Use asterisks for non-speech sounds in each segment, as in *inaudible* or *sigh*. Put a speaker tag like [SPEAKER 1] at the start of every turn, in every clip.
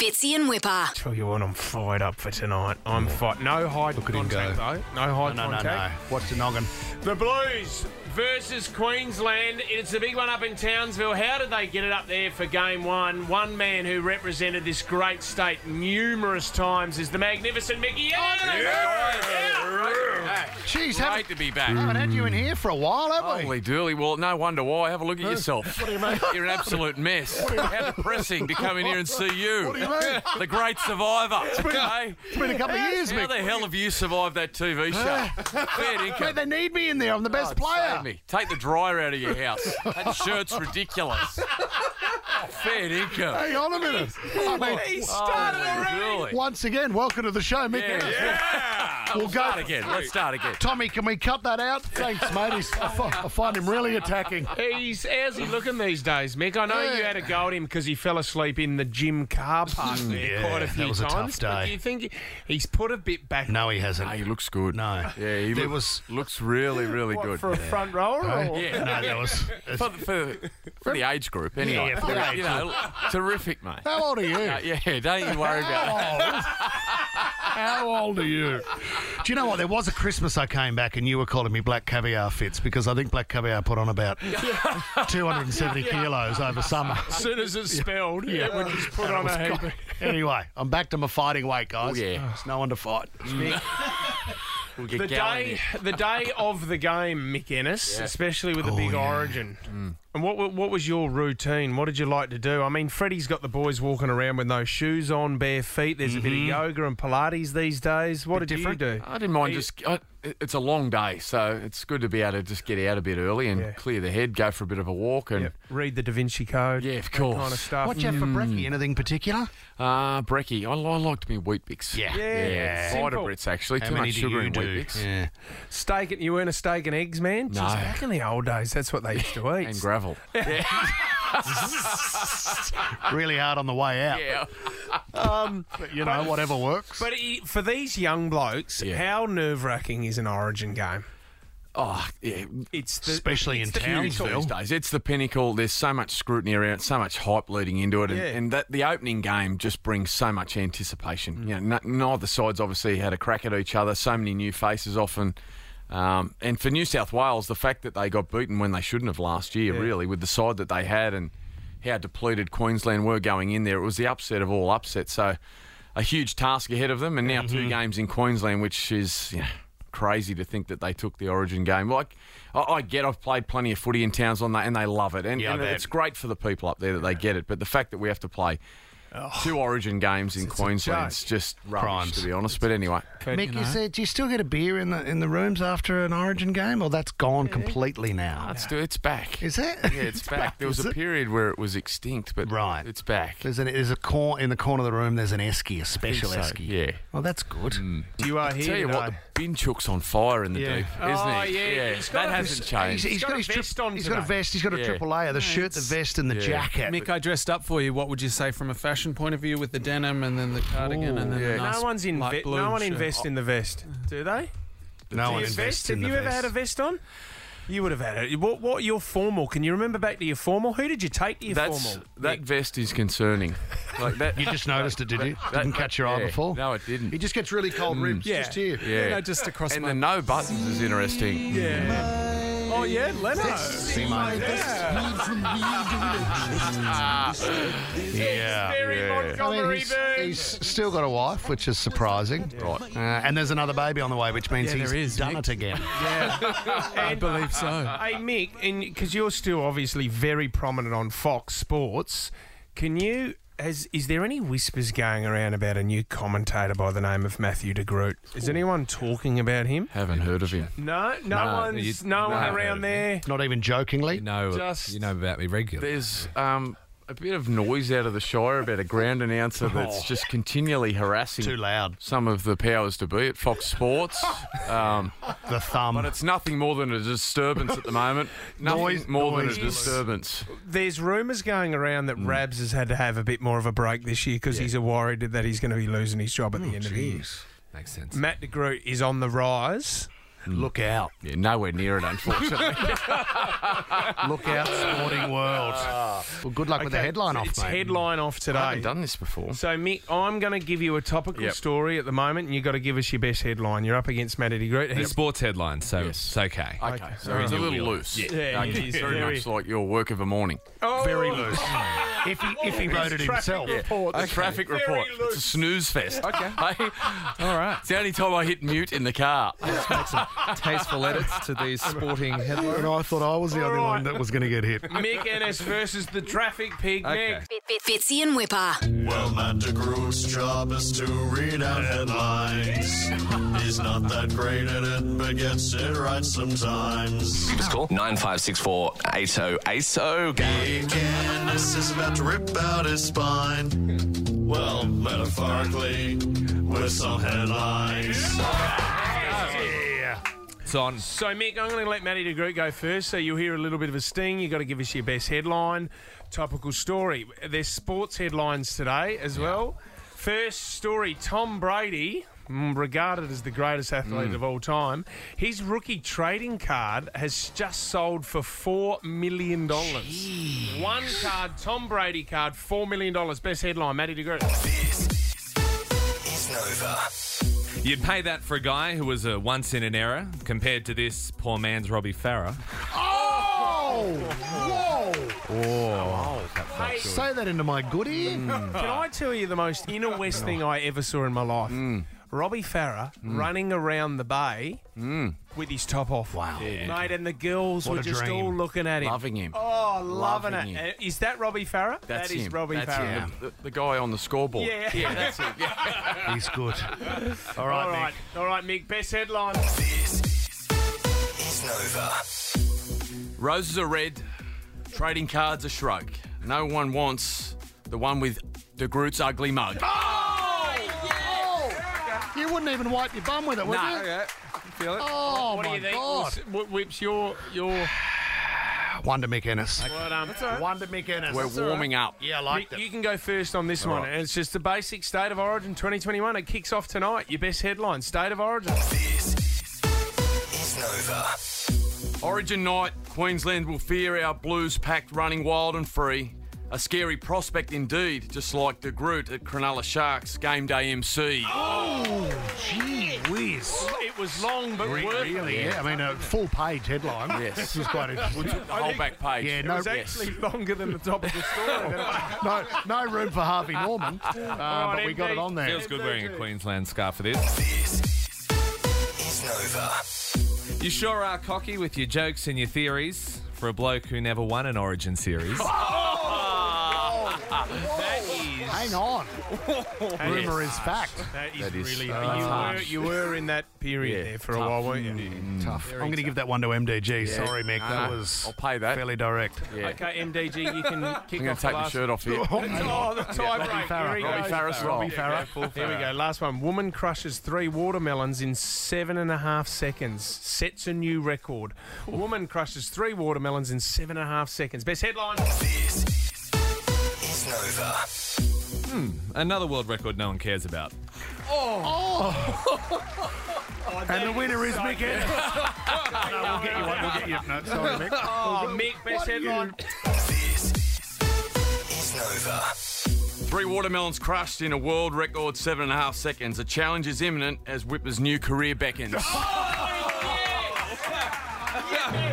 [SPEAKER 1] Fitzy and Whipper.
[SPEAKER 2] Tell you what, I'm fired up for tonight. I'm fired. No high
[SPEAKER 3] Look at him
[SPEAKER 2] contact
[SPEAKER 3] go.
[SPEAKER 2] though. No high
[SPEAKER 3] No, no, no.
[SPEAKER 2] contact.
[SPEAKER 3] Watch the noggin.
[SPEAKER 2] The Blues versus Queensland. It's a big one up in Townsville. How did they get it up there for game one? One man who represented this great state numerous times is the magnificent Mickey Allen.
[SPEAKER 4] Jeez,
[SPEAKER 5] Great
[SPEAKER 4] haven't,
[SPEAKER 5] to be back.
[SPEAKER 4] haven't had you in here for a while, have we?
[SPEAKER 5] Holy dooly. Well, no wonder why. Have a look at yourself. What do you mean? You're an absolute mess. How depressing to come in here and see you. What do
[SPEAKER 4] you *laughs* mean?
[SPEAKER 5] The great survivor. okay?
[SPEAKER 4] It's been a couple of years,
[SPEAKER 5] How
[SPEAKER 4] Mick.
[SPEAKER 5] the hell have you survived that TV show? Fair
[SPEAKER 4] Mate,
[SPEAKER 5] income.
[SPEAKER 4] they need me in there. I'm the best player.
[SPEAKER 5] Save me. Take the dryer out of your house. That shirt's ridiculous. Fair income.
[SPEAKER 4] Hang on a minute. I mean,
[SPEAKER 5] Holy dooly.
[SPEAKER 4] once again, welcome to the show, Mick.
[SPEAKER 5] Yeah.
[SPEAKER 4] We'll go.
[SPEAKER 5] Start again. Let's start again.
[SPEAKER 4] Tommy, can we cut that out? Thanks, mate. He's, I, fi- I find him really attacking.
[SPEAKER 2] He's, how's he looking these days, Mick? I know you had a go at him because he fell asleep in the gym car park there
[SPEAKER 3] Mm, yeah,
[SPEAKER 2] quite a
[SPEAKER 3] that
[SPEAKER 2] few
[SPEAKER 3] was a
[SPEAKER 2] times.
[SPEAKER 3] tough
[SPEAKER 2] But
[SPEAKER 3] day.
[SPEAKER 2] do you think he- he's put a bit back
[SPEAKER 3] No, he hasn't.
[SPEAKER 5] No, he looks good.
[SPEAKER 3] No.
[SPEAKER 5] Yeah, he
[SPEAKER 3] There
[SPEAKER 5] look-
[SPEAKER 3] was-
[SPEAKER 5] looks really, really
[SPEAKER 2] what,
[SPEAKER 5] good.
[SPEAKER 2] for a front rower?
[SPEAKER 4] Oh.
[SPEAKER 2] Or?
[SPEAKER 5] Yeah.
[SPEAKER 3] No, that was.
[SPEAKER 5] for, for, for the age group, anyway.
[SPEAKER 3] yeah, for the
[SPEAKER 5] you
[SPEAKER 3] age
[SPEAKER 5] know,
[SPEAKER 2] *laughs*
[SPEAKER 5] terrific, mate.
[SPEAKER 4] How old are you?
[SPEAKER 5] Uh, yeah, don't you worry about it.
[SPEAKER 3] *laughs*
[SPEAKER 4] How old are you?
[SPEAKER 3] Do you know what? There was a Christmas I came back and you were calling me Black Caviar Fitz because I think Black Caviar put on about *laughs* 270 kilos over summer.
[SPEAKER 2] As soon as it's spelled, yeah, we just put on a heap.
[SPEAKER 3] Anyway, I'm back to my fighting weight, guys.
[SPEAKER 5] Oh, yeah.
[SPEAKER 3] There's no one to fight.
[SPEAKER 5] We'll get
[SPEAKER 2] The
[SPEAKER 5] going
[SPEAKER 2] day,
[SPEAKER 5] here.
[SPEAKER 2] the day of the game, Mick Ennis, especially with the big origin. And what wa- what was your routine? What did you like to do? I mean, Freddie's got the boys walking around with no shoes on, bare feet. There's a bit of yoga and Pilates these days. What did you do?
[SPEAKER 5] I didn't mind just. I, it's a long day, so it's good to be able to just get out a bit early and
[SPEAKER 2] Yeah.
[SPEAKER 5] clear the head, go for a bit of a walk, and
[SPEAKER 2] Read the Da Vinci Code.
[SPEAKER 5] yeah, of
[SPEAKER 2] that kind of
[SPEAKER 5] course.
[SPEAKER 2] stuff.
[SPEAKER 3] What you have for brekkie? Anything particular?
[SPEAKER 5] Uh, brekkie, I, I liked me wheat bix.
[SPEAKER 3] Yeah.
[SPEAKER 2] Yeah,
[SPEAKER 5] Fighter
[SPEAKER 2] simple.
[SPEAKER 5] Brits actually.
[SPEAKER 3] How
[SPEAKER 5] Too
[SPEAKER 3] many
[SPEAKER 5] much
[SPEAKER 3] do
[SPEAKER 5] sugar
[SPEAKER 3] you
[SPEAKER 5] in
[SPEAKER 3] do?
[SPEAKER 5] wheat bix.
[SPEAKER 3] Yeah.
[SPEAKER 2] Steak and you weren't a steak and eggs man. Just back in the old days, that's what they used to eat. *laughs*
[SPEAKER 5] And gravel. Yeah.
[SPEAKER 3] *laughs* Really hard on the way out. Um,
[SPEAKER 5] yeah.
[SPEAKER 3] But, you know, whatever works.
[SPEAKER 2] but he- for these young blokes,
[SPEAKER 5] Yeah.
[SPEAKER 2] how nerve wracking is an Origin game?
[SPEAKER 5] Oh, yeah.
[SPEAKER 2] It's the
[SPEAKER 3] Especially in
[SPEAKER 2] it's the pinnacle.
[SPEAKER 3] Townsville.
[SPEAKER 5] these days. It's the pinnacle. There's so much scrutiny around, it, so much hype leading into it, and,
[SPEAKER 2] Yeah.
[SPEAKER 5] and that the opening game just brings so much anticipation.
[SPEAKER 3] Mm.
[SPEAKER 5] You know, n- neither sides obviously had a crack at each other. So many new faces often. Um, and for New South Wales, the fact that they got beaten when they shouldn't have last year, really, with the side that they had and how depleted Queensland were going in there, it was the upset of all upsets. So, a huge task ahead of them, and now
[SPEAKER 3] Mm-hmm.
[SPEAKER 5] two games in Queensland, which is you know, crazy to think that they took the Origin game. Like, I, I get, I've played plenty of footy in towns on that, and they love it, and,
[SPEAKER 3] Yeah, I
[SPEAKER 5] and
[SPEAKER 3] bet.
[SPEAKER 5] it's great for the people up there that they get it. But the fact that we have to play two Origin games in Queensland is just rubbish,
[SPEAKER 3] Crimes.
[SPEAKER 5] to be honest. But anyway,
[SPEAKER 3] Mick, you said, do you still get a beer in the in the rooms after an Origin game, or that's gone completely now?
[SPEAKER 5] it's, it's back.
[SPEAKER 3] Is it?
[SPEAKER 5] yeah,
[SPEAKER 3] *laughs*
[SPEAKER 5] it's, back. There was
[SPEAKER 3] is
[SPEAKER 5] a
[SPEAKER 3] it?
[SPEAKER 5] period where it was extinct, but
[SPEAKER 3] Right.
[SPEAKER 5] it's back.
[SPEAKER 3] There's, an, there's a corner in the corner of the room. There's an esky, a special
[SPEAKER 5] so,
[SPEAKER 3] esky.
[SPEAKER 5] yeah. Hmm.
[SPEAKER 3] Well, that's good.
[SPEAKER 2] You are here.
[SPEAKER 5] Tell you
[SPEAKER 2] today.
[SPEAKER 5] what, the bin chook's on fire in the
[SPEAKER 3] Yeah.
[SPEAKER 5] deep, isn't
[SPEAKER 2] Oh,
[SPEAKER 5] he?
[SPEAKER 2] yeah, he's got
[SPEAKER 5] that
[SPEAKER 2] a-
[SPEAKER 5] hasn't
[SPEAKER 3] He's-
[SPEAKER 5] changed.
[SPEAKER 3] he's
[SPEAKER 2] got a
[SPEAKER 3] his
[SPEAKER 2] vest on
[SPEAKER 3] He's got a
[SPEAKER 2] today.
[SPEAKER 3] vest. He's got a
[SPEAKER 5] Yeah.
[SPEAKER 3] triple A, the shirt, the vest, and the jacket.
[SPEAKER 6] Mick, I dressed up for you. What would you say from a fashion point of view with the denim and then the cardigan and then
[SPEAKER 5] yeah.
[SPEAKER 6] the
[SPEAKER 5] No
[SPEAKER 6] nice
[SPEAKER 2] No one's in.
[SPEAKER 6] light
[SPEAKER 2] ve-
[SPEAKER 6] blue
[SPEAKER 2] no one
[SPEAKER 6] shirt.
[SPEAKER 2] invests in the vest, do they?
[SPEAKER 3] no one
[SPEAKER 2] Your
[SPEAKER 3] invests
[SPEAKER 2] vest.
[SPEAKER 3] in
[SPEAKER 2] Have
[SPEAKER 3] the
[SPEAKER 2] you ever had a
[SPEAKER 3] vest.
[SPEAKER 2] vest on? You would have had it. What? What? Your formal? Can you remember back to your formal? Who did you take to your
[SPEAKER 5] That's
[SPEAKER 2] formal?
[SPEAKER 5] that vest is concerning. Like that.
[SPEAKER 3] You just noticed it, did you? Didn't catch your eye
[SPEAKER 5] yeah.
[SPEAKER 3] before.
[SPEAKER 5] No, it didn't. Hmm.
[SPEAKER 3] He just gets really cold ribs.
[SPEAKER 2] Yeah.
[SPEAKER 3] Just here.
[SPEAKER 5] yeah.
[SPEAKER 6] No, just across
[SPEAKER 5] and
[SPEAKER 6] my
[SPEAKER 5] the no buttons is interesting.
[SPEAKER 2] Yeah. Oh yeah, Leno.
[SPEAKER 3] See, mate. Yeah.
[SPEAKER 2] Barry
[SPEAKER 5] Yeah.
[SPEAKER 4] I mean,
[SPEAKER 2] Montgomery
[SPEAKER 4] he's,
[SPEAKER 2] Burns.
[SPEAKER 4] he's still got a wife, which is surprising. Right. Uh, and there's another baby on the way, which means
[SPEAKER 6] Yeah,
[SPEAKER 3] he's
[SPEAKER 6] there is,
[SPEAKER 3] done
[SPEAKER 6] Mick.
[SPEAKER 3] it again.
[SPEAKER 6] I believe so.
[SPEAKER 2] uh, Hey Mick, and because you're still obviously very prominent on Fox Sports, can you? Has, is there any whispers going around about a new commentator by the name of Matthew De Groot? Is anyone talking about him?
[SPEAKER 5] Haven't heard of him.
[SPEAKER 2] No, no
[SPEAKER 7] No,
[SPEAKER 2] one's,
[SPEAKER 7] you-
[SPEAKER 2] no, one
[SPEAKER 7] no.
[SPEAKER 2] around there.
[SPEAKER 3] Not even jokingly.
[SPEAKER 7] You know,
[SPEAKER 2] Just-
[SPEAKER 7] you know about me regularly.
[SPEAKER 5] There's um, a bit of noise out of the Shire about a ground announcer that's just continually harassing
[SPEAKER 3] Too loud.
[SPEAKER 5] some of the powers to be at Fox Sports. um,
[SPEAKER 3] The thumb.
[SPEAKER 5] but it's nothing more than a disturbance at the moment. Nothing
[SPEAKER 3] Noise-
[SPEAKER 5] more
[SPEAKER 3] noise
[SPEAKER 5] than a disturbance.
[SPEAKER 2] There's rumours going around that Rabs has had to have a bit more of a break this year because he's worried that he's going to be losing his job at the end of the year.
[SPEAKER 7] Makes sense.
[SPEAKER 2] Matt De Groot is on the rise.
[SPEAKER 3] Look out.
[SPEAKER 5] Yeah, nowhere near it, unfortunately.
[SPEAKER 3] Look out, sporting world.
[SPEAKER 4] Well, good luck with the
[SPEAKER 2] Okay,
[SPEAKER 4] headline
[SPEAKER 2] so
[SPEAKER 4] off,
[SPEAKER 2] It's
[SPEAKER 4] mate.
[SPEAKER 2] headline off today.
[SPEAKER 5] I haven't done this before.
[SPEAKER 2] So, Mick, I'm going to give you a topical
[SPEAKER 5] Yep.
[SPEAKER 2] story at the moment, and you've got to give us your best headline. You're up against Matty de Groot.
[SPEAKER 1] It's sports headlines, so it's okay.
[SPEAKER 5] Okay, so it's a little loose. Yeah,
[SPEAKER 2] it
[SPEAKER 5] okay.
[SPEAKER 2] is
[SPEAKER 5] very
[SPEAKER 2] very-
[SPEAKER 5] much like your work of a morning.
[SPEAKER 3] Very loose. if he, if he wrote it himself.
[SPEAKER 5] A traffic report. It's a snooze fest. *laughs* Okay.
[SPEAKER 6] All right.
[SPEAKER 5] it's the only time I hit mute in the car.
[SPEAKER 6] Tasteful edits to
[SPEAKER 2] *laughs*
[SPEAKER 6] these sporting headlines.
[SPEAKER 3] And I thought I was the only one that was going to get hit.
[SPEAKER 2] Mick Ennis versus the traffic pig next.
[SPEAKER 7] Bit, bit, Bitsy and Whipper.
[SPEAKER 8] Well, Matt DeGroot's job is to read out headlines. He's not that great at it, but gets it right sometimes.
[SPEAKER 9] Just call 9564 8080.
[SPEAKER 8] Big Ennis is about to rip out his spine. Well, metaphorically, with some headlines.
[SPEAKER 1] It's on.
[SPEAKER 2] Um, So, Mick, I'm going to let Matty de Groot go first. So, you'll hear a little bit of a sting. You've got to give us your best headline, topical story. There's sports headlines today as well. First story Tom Brady, mm, regarded as the greatest athlete of all time, his rookie trading card has just sold for $4 million. One card, Tom Brady card, $4 million. Best headline, Matty de Groot.
[SPEAKER 1] You'd pay that for a guy who was a once in an era compared to this poor man's Robbie Farah.
[SPEAKER 3] Say that into my good ear.
[SPEAKER 2] Can I tell you the most inner west thing I ever saw in my life? Robbie Farah running around the bay with his top off. Wow. Mate, and the girls were
[SPEAKER 3] a
[SPEAKER 2] just
[SPEAKER 3] dream.
[SPEAKER 2] all looking at him.
[SPEAKER 5] Loving him.
[SPEAKER 2] Oh, loving,
[SPEAKER 5] Loving
[SPEAKER 2] it.
[SPEAKER 5] him.
[SPEAKER 2] Uh, Is that Robbie Farah?
[SPEAKER 5] That's
[SPEAKER 2] that is
[SPEAKER 5] him.
[SPEAKER 2] Robbie
[SPEAKER 5] That's
[SPEAKER 2] Farah.
[SPEAKER 5] him. The, the guy on the scoreboard.
[SPEAKER 2] Yeah.
[SPEAKER 5] that's
[SPEAKER 2] *laughs*
[SPEAKER 5] it. Yeah.
[SPEAKER 3] He's good. All right,
[SPEAKER 2] All right, all right, Mick. Best headline.
[SPEAKER 5] Roses are red, trading cards are shrug. No one wants the one with the Groot's ugly mug.
[SPEAKER 2] Oh,
[SPEAKER 3] Nick. You wouldn't even wipe your bum with it, would
[SPEAKER 5] No.
[SPEAKER 3] you?
[SPEAKER 6] Okay. Feel it?
[SPEAKER 3] Oh,
[SPEAKER 2] what do
[SPEAKER 3] my
[SPEAKER 2] you think?
[SPEAKER 3] God.
[SPEAKER 2] Wh- What whips your your?
[SPEAKER 3] One to Mick Ennis.
[SPEAKER 2] Well done.
[SPEAKER 3] One to Mick Ennis.
[SPEAKER 5] We're warming up.
[SPEAKER 3] Yeah, I like
[SPEAKER 2] um, Mick,
[SPEAKER 3] that.
[SPEAKER 2] you can go first on this one. And It's just the basic state of origin 2021. It kicks off tonight. Your best headline, state of origin.
[SPEAKER 5] Origin night, Queensland will fear our Blues packed running wild and free. A scary prospect indeed, just like the Groot at Cronulla Sharks game day MC.
[SPEAKER 2] Oh,
[SPEAKER 3] Gee whiz.
[SPEAKER 2] It was long but worth it.
[SPEAKER 3] Really? Yeah, I mean, a full page headline.
[SPEAKER 5] Yes.
[SPEAKER 3] This is quite interesting.
[SPEAKER 5] The whole back page.
[SPEAKER 3] Yeah,
[SPEAKER 2] It
[SPEAKER 3] no,
[SPEAKER 2] was actually longer than the top of the story.
[SPEAKER 3] *laughs* no, no room for Harvey Norman, uh, but we got it on there.
[SPEAKER 1] Feels good wearing a Queensland scarf for this. You sure are cocky with your jokes and your theories for a bloke who never won an
[SPEAKER 3] *laughs*
[SPEAKER 1] Origin series.
[SPEAKER 2] Oh!
[SPEAKER 3] Hang on. Rumour is fact.
[SPEAKER 2] that is,
[SPEAKER 5] is
[SPEAKER 2] really
[SPEAKER 5] so
[SPEAKER 2] you, were,
[SPEAKER 5] harsh.
[SPEAKER 2] you were in that period there for a while, weren't you?
[SPEAKER 5] Mm,
[SPEAKER 3] Tough. I'm going to give that one to MDG. Sorry, Mick. That
[SPEAKER 5] No,
[SPEAKER 3] was
[SPEAKER 5] I'll pay that.
[SPEAKER 3] fairly direct.
[SPEAKER 5] Yeah.
[SPEAKER 2] Okay, MDG, you can kick
[SPEAKER 5] I'm going
[SPEAKER 2] off
[SPEAKER 5] to take
[SPEAKER 2] the
[SPEAKER 5] my
[SPEAKER 2] last.
[SPEAKER 5] shirt off
[SPEAKER 2] *laughs*
[SPEAKER 5] here.
[SPEAKER 3] *laughs*
[SPEAKER 2] Oh, the tiebreak.
[SPEAKER 3] Farah.
[SPEAKER 2] Here he
[SPEAKER 5] Robbie
[SPEAKER 2] goes.
[SPEAKER 5] Farah's roll.
[SPEAKER 2] Here we go. Last one. Woman crushes three watermelons in seven and a half seconds. Sets a new record. Woman crushes three watermelons in seven and a half seconds. Best headline.
[SPEAKER 1] Another world record no one cares about.
[SPEAKER 2] Oh!
[SPEAKER 3] And the winner is Mick
[SPEAKER 2] *laughs*
[SPEAKER 3] Ennis. no, we'll get you one. We'll get you. No, sorry, Mick.
[SPEAKER 2] Oh, Mick, best headline.
[SPEAKER 5] Three watermelons crushed in a world record seven and a half seconds. A challenge is imminent as Whipper's new
[SPEAKER 2] *laughs*
[SPEAKER 5] career beckons.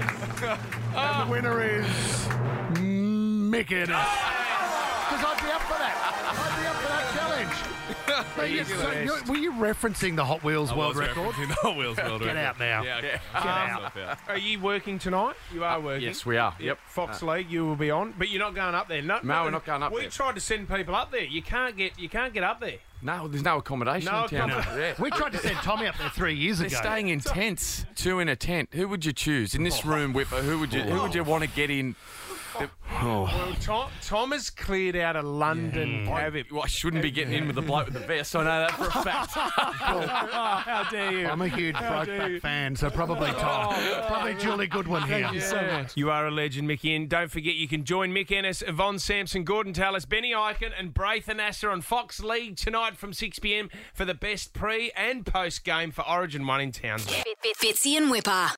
[SPEAKER 3] The winner is Mick Ennis. Because I'd be up for that. I'd be up for that challenge.
[SPEAKER 1] *laughs*
[SPEAKER 3] But you- so you- were you referencing the Hot Wheels world
[SPEAKER 1] was *laughs*
[SPEAKER 3] record?
[SPEAKER 1] referencing the Hot Wheels world
[SPEAKER 3] Get
[SPEAKER 1] record.
[SPEAKER 3] out now.
[SPEAKER 1] Yeah, okay.
[SPEAKER 3] out.
[SPEAKER 1] Get out.
[SPEAKER 2] Are you working tonight? You are working.
[SPEAKER 5] yes, we are. Yep.
[SPEAKER 2] Fox League, you will be on, but you're not going up there. Uh, No,
[SPEAKER 5] No, we're not going up
[SPEAKER 2] we
[SPEAKER 5] there.
[SPEAKER 2] tried to send people up there. You can't get, you can't get up there.
[SPEAKER 5] No, there's no accommodation
[SPEAKER 2] No
[SPEAKER 5] in town.
[SPEAKER 2] accommodation.
[SPEAKER 5] Yeah.
[SPEAKER 3] We tried to send Tommy up there three years
[SPEAKER 5] They're
[SPEAKER 3] ago.
[SPEAKER 5] staying
[SPEAKER 2] *laughs*
[SPEAKER 5] in tents. Two in a tent. Who would you choose in this room, Whipper? Who would you? Who would you want to get in
[SPEAKER 2] Well, Tom, Tom has cleared out of London Cavip.
[SPEAKER 5] Well, I shouldn't be getting in with the bloke with the vest. I know that for a fact.
[SPEAKER 2] Oh, How dare you? *laughs*
[SPEAKER 3] I'm a huge Brokeback fan, so probably
[SPEAKER 1] *laughs*
[SPEAKER 3] Tom. probably Julie Goodwin here.
[SPEAKER 2] You are a legend, Mickey. And don't forget, you can join Mick Ennis, Yvonne Sampson, Gordon Tallis, Benny Eichen, and Braithen Asser on Fox League tonight from 6 pm for the best pre and post game for Origin 1 in Townsville.
[SPEAKER 7] Bitsy and Whipper.